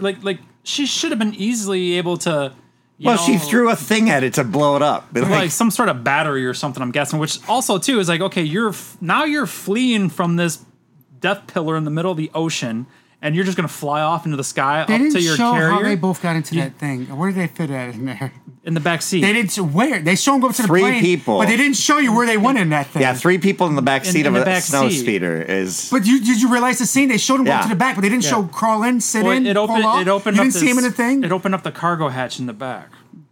Speaker 3: Like like she should have been easily able to. you
Speaker 1: well, she
Speaker 3: know,
Speaker 1: threw a thing at it to blow it up. Like,
Speaker 3: like some sort of battery or something. I'm guessing. Which also too is like, okay, you're f- now you're fleeing from this death pillar in the middle of the ocean, and you're just gonna fly off into the sky
Speaker 2: they
Speaker 3: up
Speaker 2: didn't
Speaker 3: to your
Speaker 2: show how they
Speaker 3: carrier
Speaker 2: both got into that thing. Where did they fit at in there?
Speaker 3: in the back seat.
Speaker 2: They didn't show where they show them go up to the
Speaker 1: Three
Speaker 2: plane,
Speaker 1: people.
Speaker 2: but they didn't show you where they went in that thing.
Speaker 1: yeah, three people in the back
Speaker 3: In-
Speaker 1: seat
Speaker 3: in
Speaker 1: of
Speaker 3: the
Speaker 1: a
Speaker 3: back
Speaker 1: snow
Speaker 3: seat.
Speaker 1: speeder is
Speaker 2: But you did you realize the scene? They showed him go up
Speaker 1: Yeah.
Speaker 2: to the back, but they didn't show crawl in, sit
Speaker 3: Well,
Speaker 2: in,
Speaker 3: it, opened.
Speaker 2: pull off.
Speaker 3: It opened.
Speaker 2: You
Speaker 3: up
Speaker 2: didn't see him in
Speaker 3: this-
Speaker 2: the thing.
Speaker 3: It opened up the cargo hatch in the back.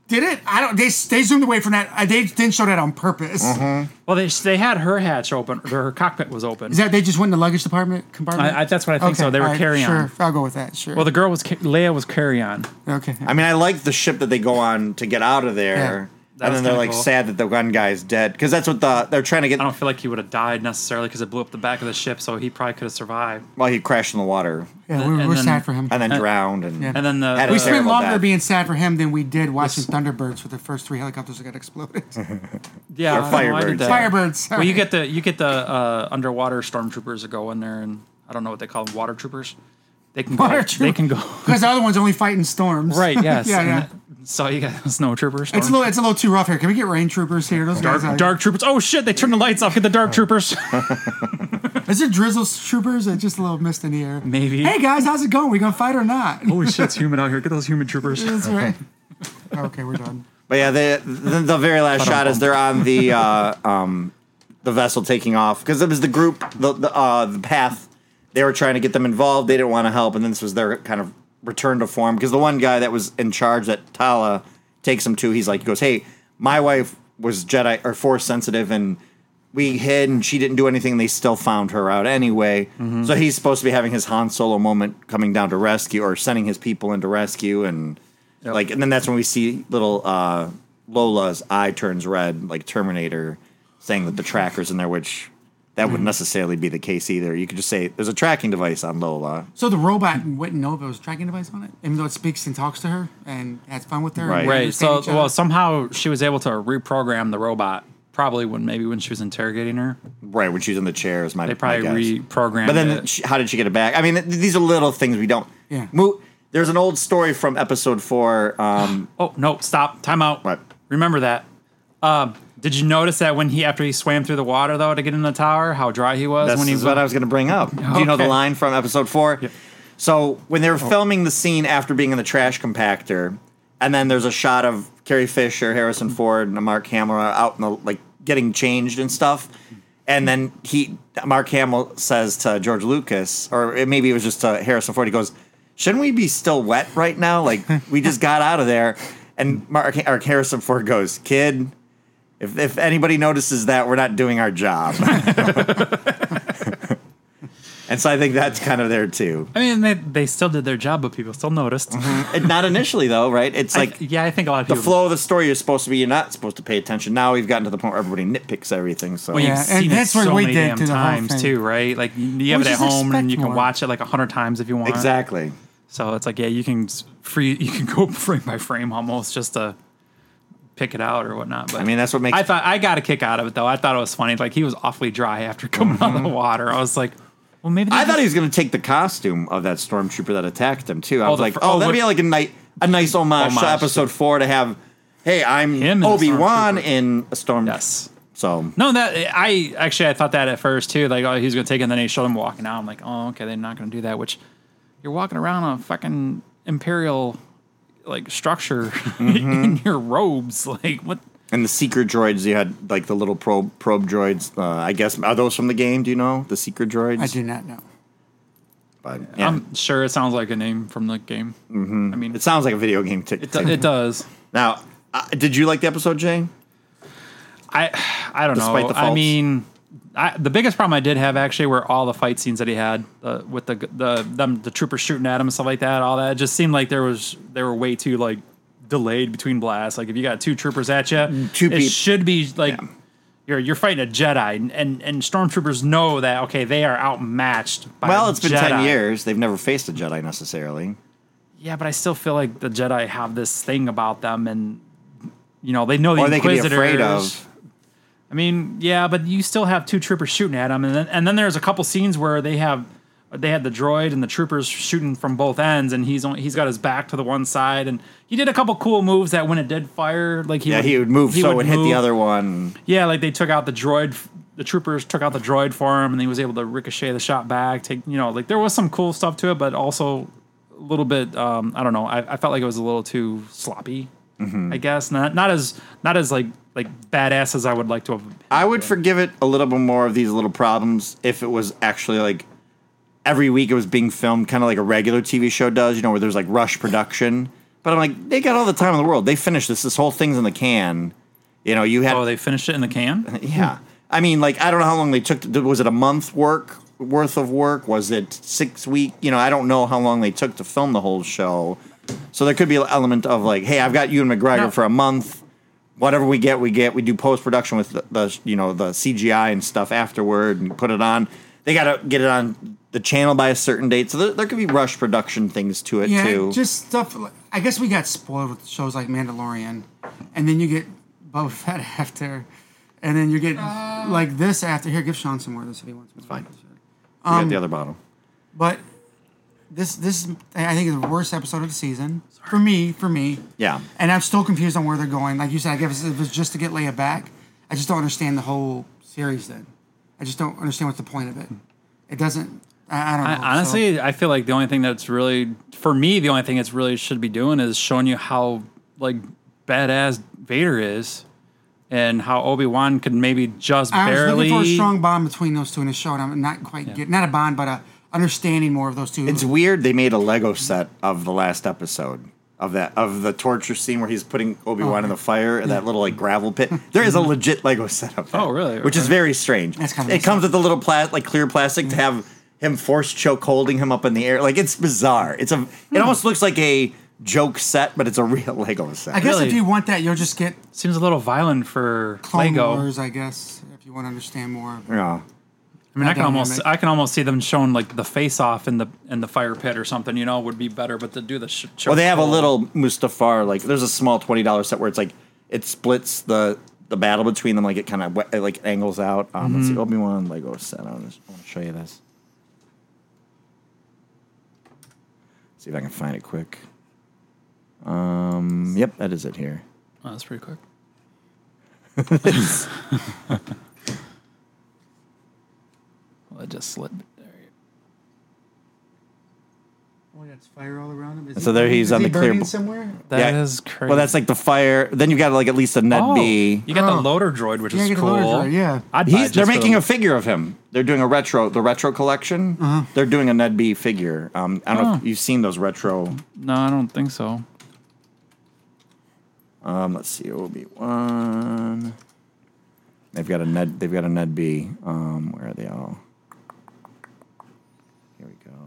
Speaker 2: Did it? I don't. They they zoomed away from that. Uh, They didn't show that on purpose.
Speaker 1: Mm-hmm.
Speaker 3: Well, they they had her hatch open. or Her cockpit was open.
Speaker 2: Is that they just went in the luggage department compartment?
Speaker 3: I- I- that's what I think so. They were
Speaker 2: all right,
Speaker 3: carry-on.
Speaker 2: Sure, I'll go with that. Sure.
Speaker 3: well, the girl was ca- Leia was carry on.
Speaker 2: okay.
Speaker 1: I mean, I like the ship that they go on to get out of there,
Speaker 3: That
Speaker 1: and
Speaker 3: was
Speaker 1: then they're
Speaker 3: kinda
Speaker 1: like
Speaker 3: cool. Oh.
Speaker 1: sad that the one guy's dead because that's what the they're trying to get.
Speaker 3: I don't feel like he would have died necessarily because it blew up the back of the ship, so he probably could have survived.
Speaker 1: Well, he crashed in the water
Speaker 2: yeah, we,
Speaker 3: and
Speaker 2: we're
Speaker 3: then-
Speaker 2: sad for him.
Speaker 1: and
Speaker 3: Uh,
Speaker 1: then drowned, and
Speaker 2: Yeah.
Speaker 3: And then the-
Speaker 1: had a
Speaker 2: we spent
Speaker 1: terrible
Speaker 2: longer
Speaker 1: death.
Speaker 2: being sad for him than we did watching
Speaker 3: This-
Speaker 2: Thunderbirds with the first three helicopters that got exploded.
Speaker 3: Yeah,
Speaker 1: Or
Speaker 3: I don't know, I did
Speaker 1: Firebirds.
Speaker 3: that.
Speaker 2: Firebirds.
Speaker 3: Well, you
Speaker 2: sorry.
Speaker 3: get the you get the uh, underwater stormtroopers that go in there, and I don't know what they call them, water troopers. They can
Speaker 2: Water
Speaker 3: go. They can go.
Speaker 2: because the other one's only fighting storms.
Speaker 3: right. Yes.
Speaker 2: yeah.
Speaker 3: and
Speaker 2: Yeah.
Speaker 3: that- so you got snow troopers.
Speaker 2: It's a little. It's a little too rough here. Can we get rain troopers here? Those guys. are-
Speaker 3: Oh. dark troopers. Oh shit! They turn the lights off. Get the dark troopers.
Speaker 2: Is it Drizzle Troopers or just a little mist in the air?
Speaker 3: Maybe.
Speaker 2: Hey guys, how's it going? We gonna fight or not?
Speaker 3: Holy shit, it's human out here. Get those human troopers.
Speaker 2: That's right. okay, we're done.
Speaker 1: But yeah, the the, the very last shot is they're on the uh, um, the vessel taking off because it was the group the the, uh, the path they were trying to get them involved. They didn't want to help, and then this was their kind of return to form because the one guy that was in charge that Tala takes him to, he's like, he goes, "Hey, my wife was Jedi or Force sensitive, and we hid, and she didn't do anything. and They still found her out anyway." So he's supposed to be having his Han Solo moment, coming down to rescue or sending his people into rescue, and like, and then that's when we see little uh, Lola's eye turns red, like Terminator, saying that the tracker's in there, which. That
Speaker 3: Mm-hmm.
Speaker 1: wouldn't necessarily be the case either. You could just say there's a tracking device on Lola.
Speaker 2: So the robot wouldn't know if it was a tracking device on it, even though it speaks and talks to her and has fun with her. and
Speaker 1: Right.
Speaker 2: they
Speaker 3: Right.
Speaker 2: understand
Speaker 3: So,
Speaker 2: each other.
Speaker 3: well, somehow she was able to reprogram the robot. Probably when maybe when she was interrogating her,
Speaker 1: Right when she's in the chair is my.
Speaker 3: they probably
Speaker 1: my guess.
Speaker 3: reprogrammed.
Speaker 1: But then,
Speaker 3: it.
Speaker 1: she, how did she get it back? I mean, th- these are little things we don't.
Speaker 2: Yeah.
Speaker 1: Mo- There's an old story from episode four. Um,
Speaker 3: oh no! Stop! Time out.
Speaker 1: What?
Speaker 3: Remember that. Um, did you notice that when he after he swam through the water though to get in the tower, how dry he was
Speaker 1: that's
Speaker 3: when he
Speaker 1: what I was going to bring up. Do you know the
Speaker 3: Okay. Oh.
Speaker 1: line from episode four? So when they were filming the scene after being in the trash compactor, and then there's a shot of Carrie Fisher, Harrison Ford, and Mark Hamill are out in the like getting changed and stuff. And then he, Mark Hamill says to George Lucas, or it- maybe it was just to Harrison Ford. He goes, "Shouldn't we be still wet right now? Like we just got out of there." And Mark or Harrison Ford goes, "Kid, if if anybody notices that, we're not doing our job." and so I think that's kind of there too.
Speaker 3: I mean, they, they still did their job, but people still noticed.
Speaker 1: And not initially though, right? It's
Speaker 3: I-
Speaker 1: Mm-hmm, like
Speaker 3: yeah, I think a lot of
Speaker 1: the
Speaker 3: people.
Speaker 1: flow of the story you're supposed to be. You're not supposed to pay attention. Now we've gotten to the point where everybody nitpicks everything. So
Speaker 3: Well,
Speaker 2: Yeah,
Speaker 3: you've
Speaker 2: and
Speaker 3: seen
Speaker 2: that's
Speaker 3: it
Speaker 2: what
Speaker 3: so
Speaker 2: we
Speaker 3: many
Speaker 2: did
Speaker 3: damn
Speaker 2: to the whole
Speaker 3: times
Speaker 2: thing.
Speaker 3: too, right? Like you, you have
Speaker 2: We
Speaker 3: it at
Speaker 2: just
Speaker 3: home
Speaker 2: expect
Speaker 3: and you can
Speaker 2: more.
Speaker 3: watch it like a hundred times if you want.
Speaker 1: exactly.
Speaker 3: So it's like yeah, you can s- free you can go frame by frame almost just to pick it out or whatnot. But
Speaker 1: I mean, that's what makes.
Speaker 3: I thought I got a kick out of it though. I thought it was funny. Like he was awfully dry after coming out of the water. I was like, well, maybe they
Speaker 1: Mm-hmm. I thought
Speaker 3: just-
Speaker 1: he was going to take the costume of that stormtrooper that attacked him too. I
Speaker 3: Oh,
Speaker 1: was
Speaker 3: the
Speaker 1: like,
Speaker 3: fr-
Speaker 1: oh,
Speaker 3: oh,
Speaker 1: that'd
Speaker 3: what-
Speaker 1: be like a night, a nice homage,
Speaker 3: Homage
Speaker 1: to
Speaker 3: to-
Speaker 1: episode four to have. Hey,
Speaker 3: Him
Speaker 1: I'm
Speaker 3: and the
Speaker 1: Obi Wan
Speaker 3: stormtrooper.
Speaker 1: in a storm.
Speaker 3: yes.
Speaker 1: So
Speaker 3: No, that I actually I thought that at first too. Like, oh, he's gonna take it, and then he showed him walking out. I'm like, oh, okay, they're not gonna do that. Which you're walking around on a fucking imperial like structure
Speaker 1: Mm-hmm.
Speaker 3: in your robes. Like, what?
Speaker 1: and the seeker droids, you had like the little probe probe droids. Uh, I guess are those from the game? Do you know the seeker droids?
Speaker 2: I do not know.
Speaker 1: But, yeah.
Speaker 3: I'm sure it sounds like a name from the game. Mm-hmm. I mean,
Speaker 1: it
Speaker 3: it's,
Speaker 1: sounds like a video game. T-
Speaker 3: it, it does.
Speaker 1: now, uh, did you like the episode, Jay?
Speaker 3: I I don't
Speaker 1: Despite
Speaker 3: know.
Speaker 1: the
Speaker 3: I
Speaker 1: faults.
Speaker 3: mean, I, the biggest problem I did have actually were all the fight scenes that he had uh, with the the them the troopers shooting at him and stuff like that. All that it just seemed like there was they were way too like delayed between blasts. Like if you got two troopers at you,
Speaker 1: Mm, Two
Speaker 3: it
Speaker 1: peop-
Speaker 3: should be like. You're, you're fighting a Jedi, and, and, and stormtroopers know that okay they are outmatched. by
Speaker 1: Well, it's been ten
Speaker 3: Jedi.
Speaker 1: years. They've never faced a Jedi necessarily.
Speaker 3: Yeah, but I still feel like the Jedi have this thing about them, and you know they know the
Speaker 1: Or they could be
Speaker 3: Inquisitors.
Speaker 1: afraid of.
Speaker 3: I mean, yeah, but you still have two troopers shooting at them, and then and then there's a couple scenes where they have they had the droid and the troopers shooting from both ends, and he's only, he's got his back to the one side, and he did a couple cool moves that when it did fire, like he
Speaker 1: Yeah, he would move so it would hit the
Speaker 3: move.
Speaker 1: other one.
Speaker 3: Yeah, like they took out the droid. The troopers took out the droid for him, and he was able to ricochet the shot back. Take you know, like there was some cool stuff to it, but also a little bit. Um, I don't know. I, I felt like it was a little too sloppy.
Speaker 1: Mm-hmm.
Speaker 3: I guess not not as not as like like badass as I would like to have.
Speaker 1: I would forgive it a little bit more of these little problems if it was actually like every week it was being filmed kind of like a regular TV show does, you know, where there's like rush production. But I'm like, they got all the time in the world. They finished this. This whole thing's in the can. You know, you had
Speaker 3: Oh, they finished it in the can.
Speaker 1: yeah. I mean, like I don't know how long they took. To, was it a month work worth of work? Was it six week? You know, I don't know how long they took to film the whole show. So there could be an element of like, hey, I've got you and McGregor
Speaker 3: No.
Speaker 1: for a month. Whatever we get, we get. We do post production with the, the you know the CGI and stuff afterward and put it on. They got to get it on the channel by a certain date. So there, there could be rush production things to it
Speaker 2: Yeah,
Speaker 1: too.
Speaker 2: just stuff. Like, I guess we got spoiled with shows like Mandalorian, and then you get Boba Fett after, and then you get
Speaker 3: Uh.
Speaker 2: like this after. Here, give Sean some more of this if he wants. It's
Speaker 1: fine. We
Speaker 2: Um,
Speaker 1: got the other bottle.
Speaker 2: But this this is, I think is the worst episode of the season for me. For me.
Speaker 1: Yeah.
Speaker 2: And I'm still confused on where they're going. Like you said, I guess if it's just to get Leia back, I just don't understand the whole series. Then I just don't understand what's the point of it. It doesn't. I, I don't know.
Speaker 3: I,
Speaker 2: so-
Speaker 3: honestly, I feel like the only thing that's really for me, the only thing that's really should be doing is showing you how like badass Vader is, and how Obi Wan could maybe just
Speaker 2: I was
Speaker 3: barely.
Speaker 2: looking for a strong bond between those two in the show, and I'm not quite getting not a bond, but a understanding more of those two.
Speaker 1: It's weird they made a Lego set of the last episode of that of the torture scene where he's putting Obi Wan in the fire and that little like gravel pit. There is a legit Lego set of that.
Speaker 3: Oh, really?
Speaker 1: Which is
Speaker 3: Okay.
Speaker 1: very strange.
Speaker 2: That's kinda
Speaker 1: it
Speaker 2: nice.
Speaker 1: comes with a little pla- like clear plastic to have him force choke holding him up in the air. Like it's bizarre. It's a
Speaker 2: Hmm.
Speaker 1: it almost looks like a joke set, but it's a real Lego set.
Speaker 2: I guess
Speaker 3: really-
Speaker 2: if you want that, you'll just get
Speaker 3: Seems a little violent for
Speaker 2: Clone
Speaker 3: Lego.
Speaker 2: Wars, I guess, if you want to understand more.
Speaker 1: yeah.
Speaker 3: I mean, I can
Speaker 2: Goddamn
Speaker 3: almost
Speaker 2: remake.
Speaker 3: I can almost see them showing like the face off in the in the fire pit or something. You know, would be better. But to do the sh-
Speaker 1: Well, they have a
Speaker 3: chokehold-
Speaker 1: little Mustafar. Like, there's a small twenty dollars set where it's like it splits the the battle between them. Like, it kind of it like angles out. Um, Let's see,
Speaker 3: Mm-hmm.
Speaker 1: Obi Wan Lego set. I want to show you this. See if I can find it quick. Um, yep, that is it here.
Speaker 3: Oh, that's pretty quick. well, it just slid.
Speaker 2: Oh, that's fire all around him. Is
Speaker 1: So there he's
Speaker 2: is
Speaker 1: on
Speaker 2: he
Speaker 1: the clear
Speaker 2: burning
Speaker 1: bo-
Speaker 2: somewhere.
Speaker 3: That is
Speaker 1: Yeah.
Speaker 3: crazy.
Speaker 1: Well, that's like the fire. Then you've got like at least a Ned
Speaker 3: oh,
Speaker 1: B.
Speaker 3: You got the
Speaker 2: Oh.
Speaker 3: loader droid, which
Speaker 2: Yeah,
Speaker 3: is
Speaker 2: you get the
Speaker 3: cool.
Speaker 2: loader droid, yeah.
Speaker 3: I'd buy
Speaker 1: He's,
Speaker 3: it
Speaker 1: they're
Speaker 3: just for
Speaker 1: making
Speaker 3: the-
Speaker 1: a figure of him. They're doing a retro, the retro collection. They're doing a Ned B figure. Um, I don't know if
Speaker 3: Uh-huh. Oh.
Speaker 1: you've seen those retro.
Speaker 3: No, I don't think so.
Speaker 1: Um, let's see, Obi Wan. They've got a Ned. They've got a Ned B. Um, where are they all? Here we go.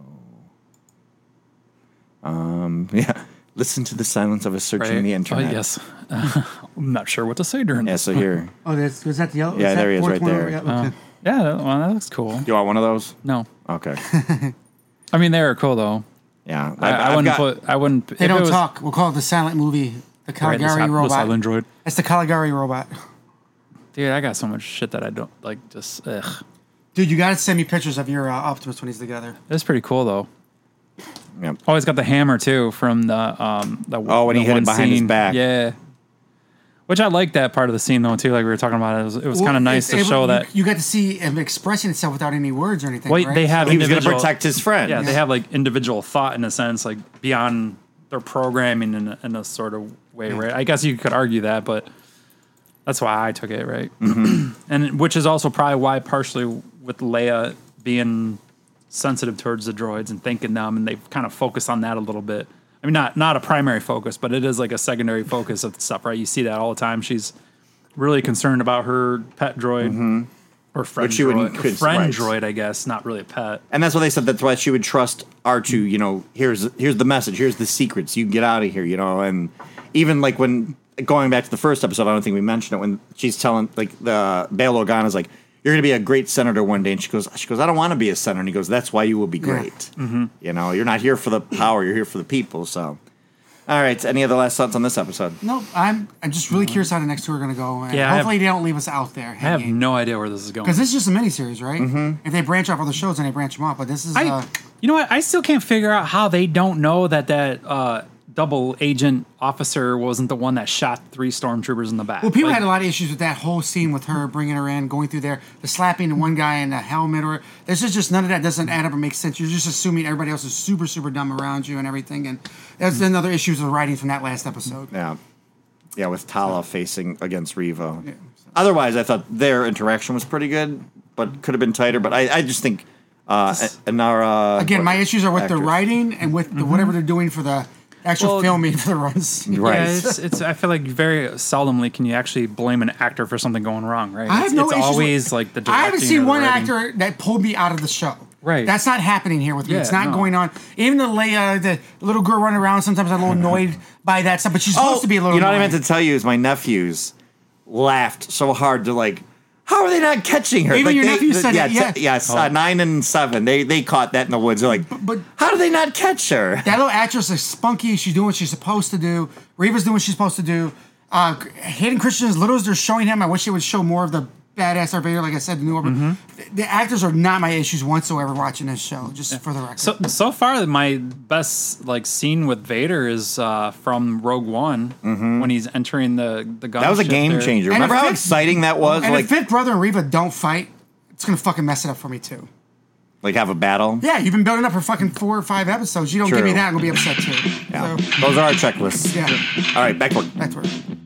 Speaker 1: Um, yeah. Listen to the silence of us searching
Speaker 3: Right?
Speaker 1: the
Speaker 3: Oh,
Speaker 1: internet.
Speaker 3: yes. I'm not sure what to say during
Speaker 1: Yeah.
Speaker 3: this.
Speaker 1: So here,
Speaker 2: Oh, that's was that the yellow?
Speaker 1: Yeah,
Speaker 2: was that
Speaker 1: there he is,
Speaker 2: fourth
Speaker 1: right
Speaker 2: one?
Speaker 1: there.
Speaker 2: Yeah, okay.
Speaker 3: Uh-huh. Yeah, that, well, that looks cool.
Speaker 1: do you want one of those?
Speaker 3: No,
Speaker 1: Okay.
Speaker 3: I mean they are cool though.
Speaker 1: Yeah.
Speaker 3: I, I
Speaker 1: I've
Speaker 3: wouldn't
Speaker 1: got-
Speaker 3: put. I wouldn't.
Speaker 2: they don't talk. We'll call it the silent movie, the
Speaker 3: Right, the
Speaker 2: Caligari
Speaker 3: si- the
Speaker 2: robot.
Speaker 3: silent droid.
Speaker 2: That's the Caligari robot.
Speaker 3: Dude, I got so much shit that I don't like. Just ugh.
Speaker 2: Dude, you gotta send me pictures of your uh, Optimus when he's together.
Speaker 3: That's pretty cool though.
Speaker 1: Yep.
Speaker 3: Oh, he's got the hammer too from the um the
Speaker 1: Oh, when
Speaker 3: the
Speaker 1: he hit it
Speaker 3: one
Speaker 1: behind his
Speaker 3: scene.
Speaker 1: back.
Speaker 3: Yeah. Which I like that part of the scene though too. Like we were talking about, it was, it was kind
Speaker 2: Well,
Speaker 3: of nice to
Speaker 2: it's able-
Speaker 3: show
Speaker 2: you-
Speaker 3: that.
Speaker 2: you got to see him expressing itself without any words or anything.
Speaker 3: Well,
Speaker 2: right?
Speaker 3: they have
Speaker 1: He was going to
Speaker 3: individual-
Speaker 1: protect his friend.
Speaker 3: Yeah, they have like individual thought in a sense, like beyond their programming in a, in a sort of way, right? I guess you could argue that, but that's why I took it, right?
Speaker 1: Mm-hmm.
Speaker 3: and which is also probably why, partially with Leia being sensitive towards the droids and thanking them, and they've kind of focused on that a little bit. I mean, not not a primary focus, but it is like a secondary focus of stuff, right? You see that all the time. She's really concerned about her pet droid.
Speaker 2: Mm-hmm.
Speaker 3: Or friend,
Speaker 1: Which you wouldn't
Speaker 3: droid,
Speaker 1: cons-
Speaker 3: friend
Speaker 1: right.
Speaker 3: droid, I guess, not really a pet.
Speaker 1: And that's why they said that's why she would trust R two. You know, here's here's the message. Here's the secrets. You get out of here. You know, and even like when going back to the first episode, I don't think we mentioned it when she's telling like the Bail Organa's like, "You're going to be a great senator one day," and she goes, "She goes, I don't want to be a senator." And he goes, "That's why you will be great. You know, you're not here for the power. You're here for the people." So, all right. Any other last thoughts on this episode?
Speaker 2: No, I'm. I'm just
Speaker 3: Mm-hmm.
Speaker 2: really curious how the next two are gonna go. And
Speaker 3: Yeah, I have-
Speaker 2: hopefully they don't leave us out there.
Speaker 3: I have no idea where this is going.
Speaker 2: Because this is just a miniseries, right? Mm-hmm. If they branch off other shows, and they branch them off, but this is. uh,
Speaker 3: I, you know what? I still can't figure out how they don't know that that uh, double agent officer wasn't the one that shot three stormtroopers in the back.
Speaker 2: well, people
Speaker 3: Like,
Speaker 2: had a lot of issues with that whole scene with her bringing her in, going through there, the slapping the one guy in the helmet, or this is just none of that doesn't add up or make sense. You're just assuming everybody else is super, super dumb around you and everything, and that's another issue with the writing from that last episode.
Speaker 1: Yeah. Yeah, with Tala facing against Revo. Otherwise, I thought their interaction was pretty good, but could have been tighter. But I, I just think uh, Anara.
Speaker 2: Again, my issues are with the
Speaker 1: actors.
Speaker 2: writing and with the, whatever they're doing for the actual
Speaker 3: Well,
Speaker 2: filming for the runs.
Speaker 1: Right.
Speaker 3: Yeah, it's, it's. I feel like very seldomly can you actually blame an actor for something going wrong, right?
Speaker 2: I have
Speaker 3: it's
Speaker 2: no
Speaker 3: it's
Speaker 2: issues with-
Speaker 3: always like the.
Speaker 2: I haven't
Speaker 3: directing or
Speaker 2: seen
Speaker 3: the
Speaker 2: one
Speaker 3: writing.
Speaker 2: actor that pulled me out of the show.
Speaker 3: Right.
Speaker 2: That's not happening here with me.
Speaker 3: Yeah,
Speaker 2: it's not
Speaker 3: no.
Speaker 2: going on. Even the Leia, the little girl running around, sometimes I'm a little annoyed by that stuff, but
Speaker 3: Oh,
Speaker 2: she's supposed to be a little
Speaker 1: Oh, You know what I
Speaker 2: annoying.
Speaker 1: meant to tell you is my nephews laughed so hard to like. How are they not catching her?
Speaker 2: Even
Speaker 1: Like,
Speaker 2: your
Speaker 1: they-
Speaker 2: nephew
Speaker 1: they-
Speaker 2: said
Speaker 1: yeah,
Speaker 2: it, yeah. Oh.
Speaker 1: t- yes, uh, nine and seven. They they caught that in the woods. They're like,
Speaker 2: but-
Speaker 1: how do they not catch her?
Speaker 2: That little actress is spunky. She's doing what she's supposed to do. Reva's doing what she's supposed to do. Uh, Hayden Christian, as little as they're showing him, I wish they would show more of the badass Darth Vader, like I said, the new Order.
Speaker 1: Mm-hmm.
Speaker 2: The, the actors are not my issues whatsoever watching this show, just for the record.
Speaker 3: So so far, my best like scene with Vader is uh, from Rogue One when he's entering the the gun.
Speaker 1: Mm-hmm. That was a game changer.
Speaker 2: And
Speaker 1: Remember
Speaker 2: if
Speaker 1: how
Speaker 2: it-
Speaker 1: exciting that was?
Speaker 2: And
Speaker 1: like,
Speaker 2: if Fifth Brother and Reva don't fight, it's gonna fucking mess it up for me too.
Speaker 1: Like have a battle.
Speaker 2: Yeah, you've been building up for fucking four or five episodes. You don't give me
Speaker 1: True.
Speaker 2: that, I'm gonna be upset too.
Speaker 1: Yeah.
Speaker 2: So,
Speaker 1: Those are our checklists.
Speaker 2: yeah,
Speaker 1: All right, back to work.
Speaker 2: back to work.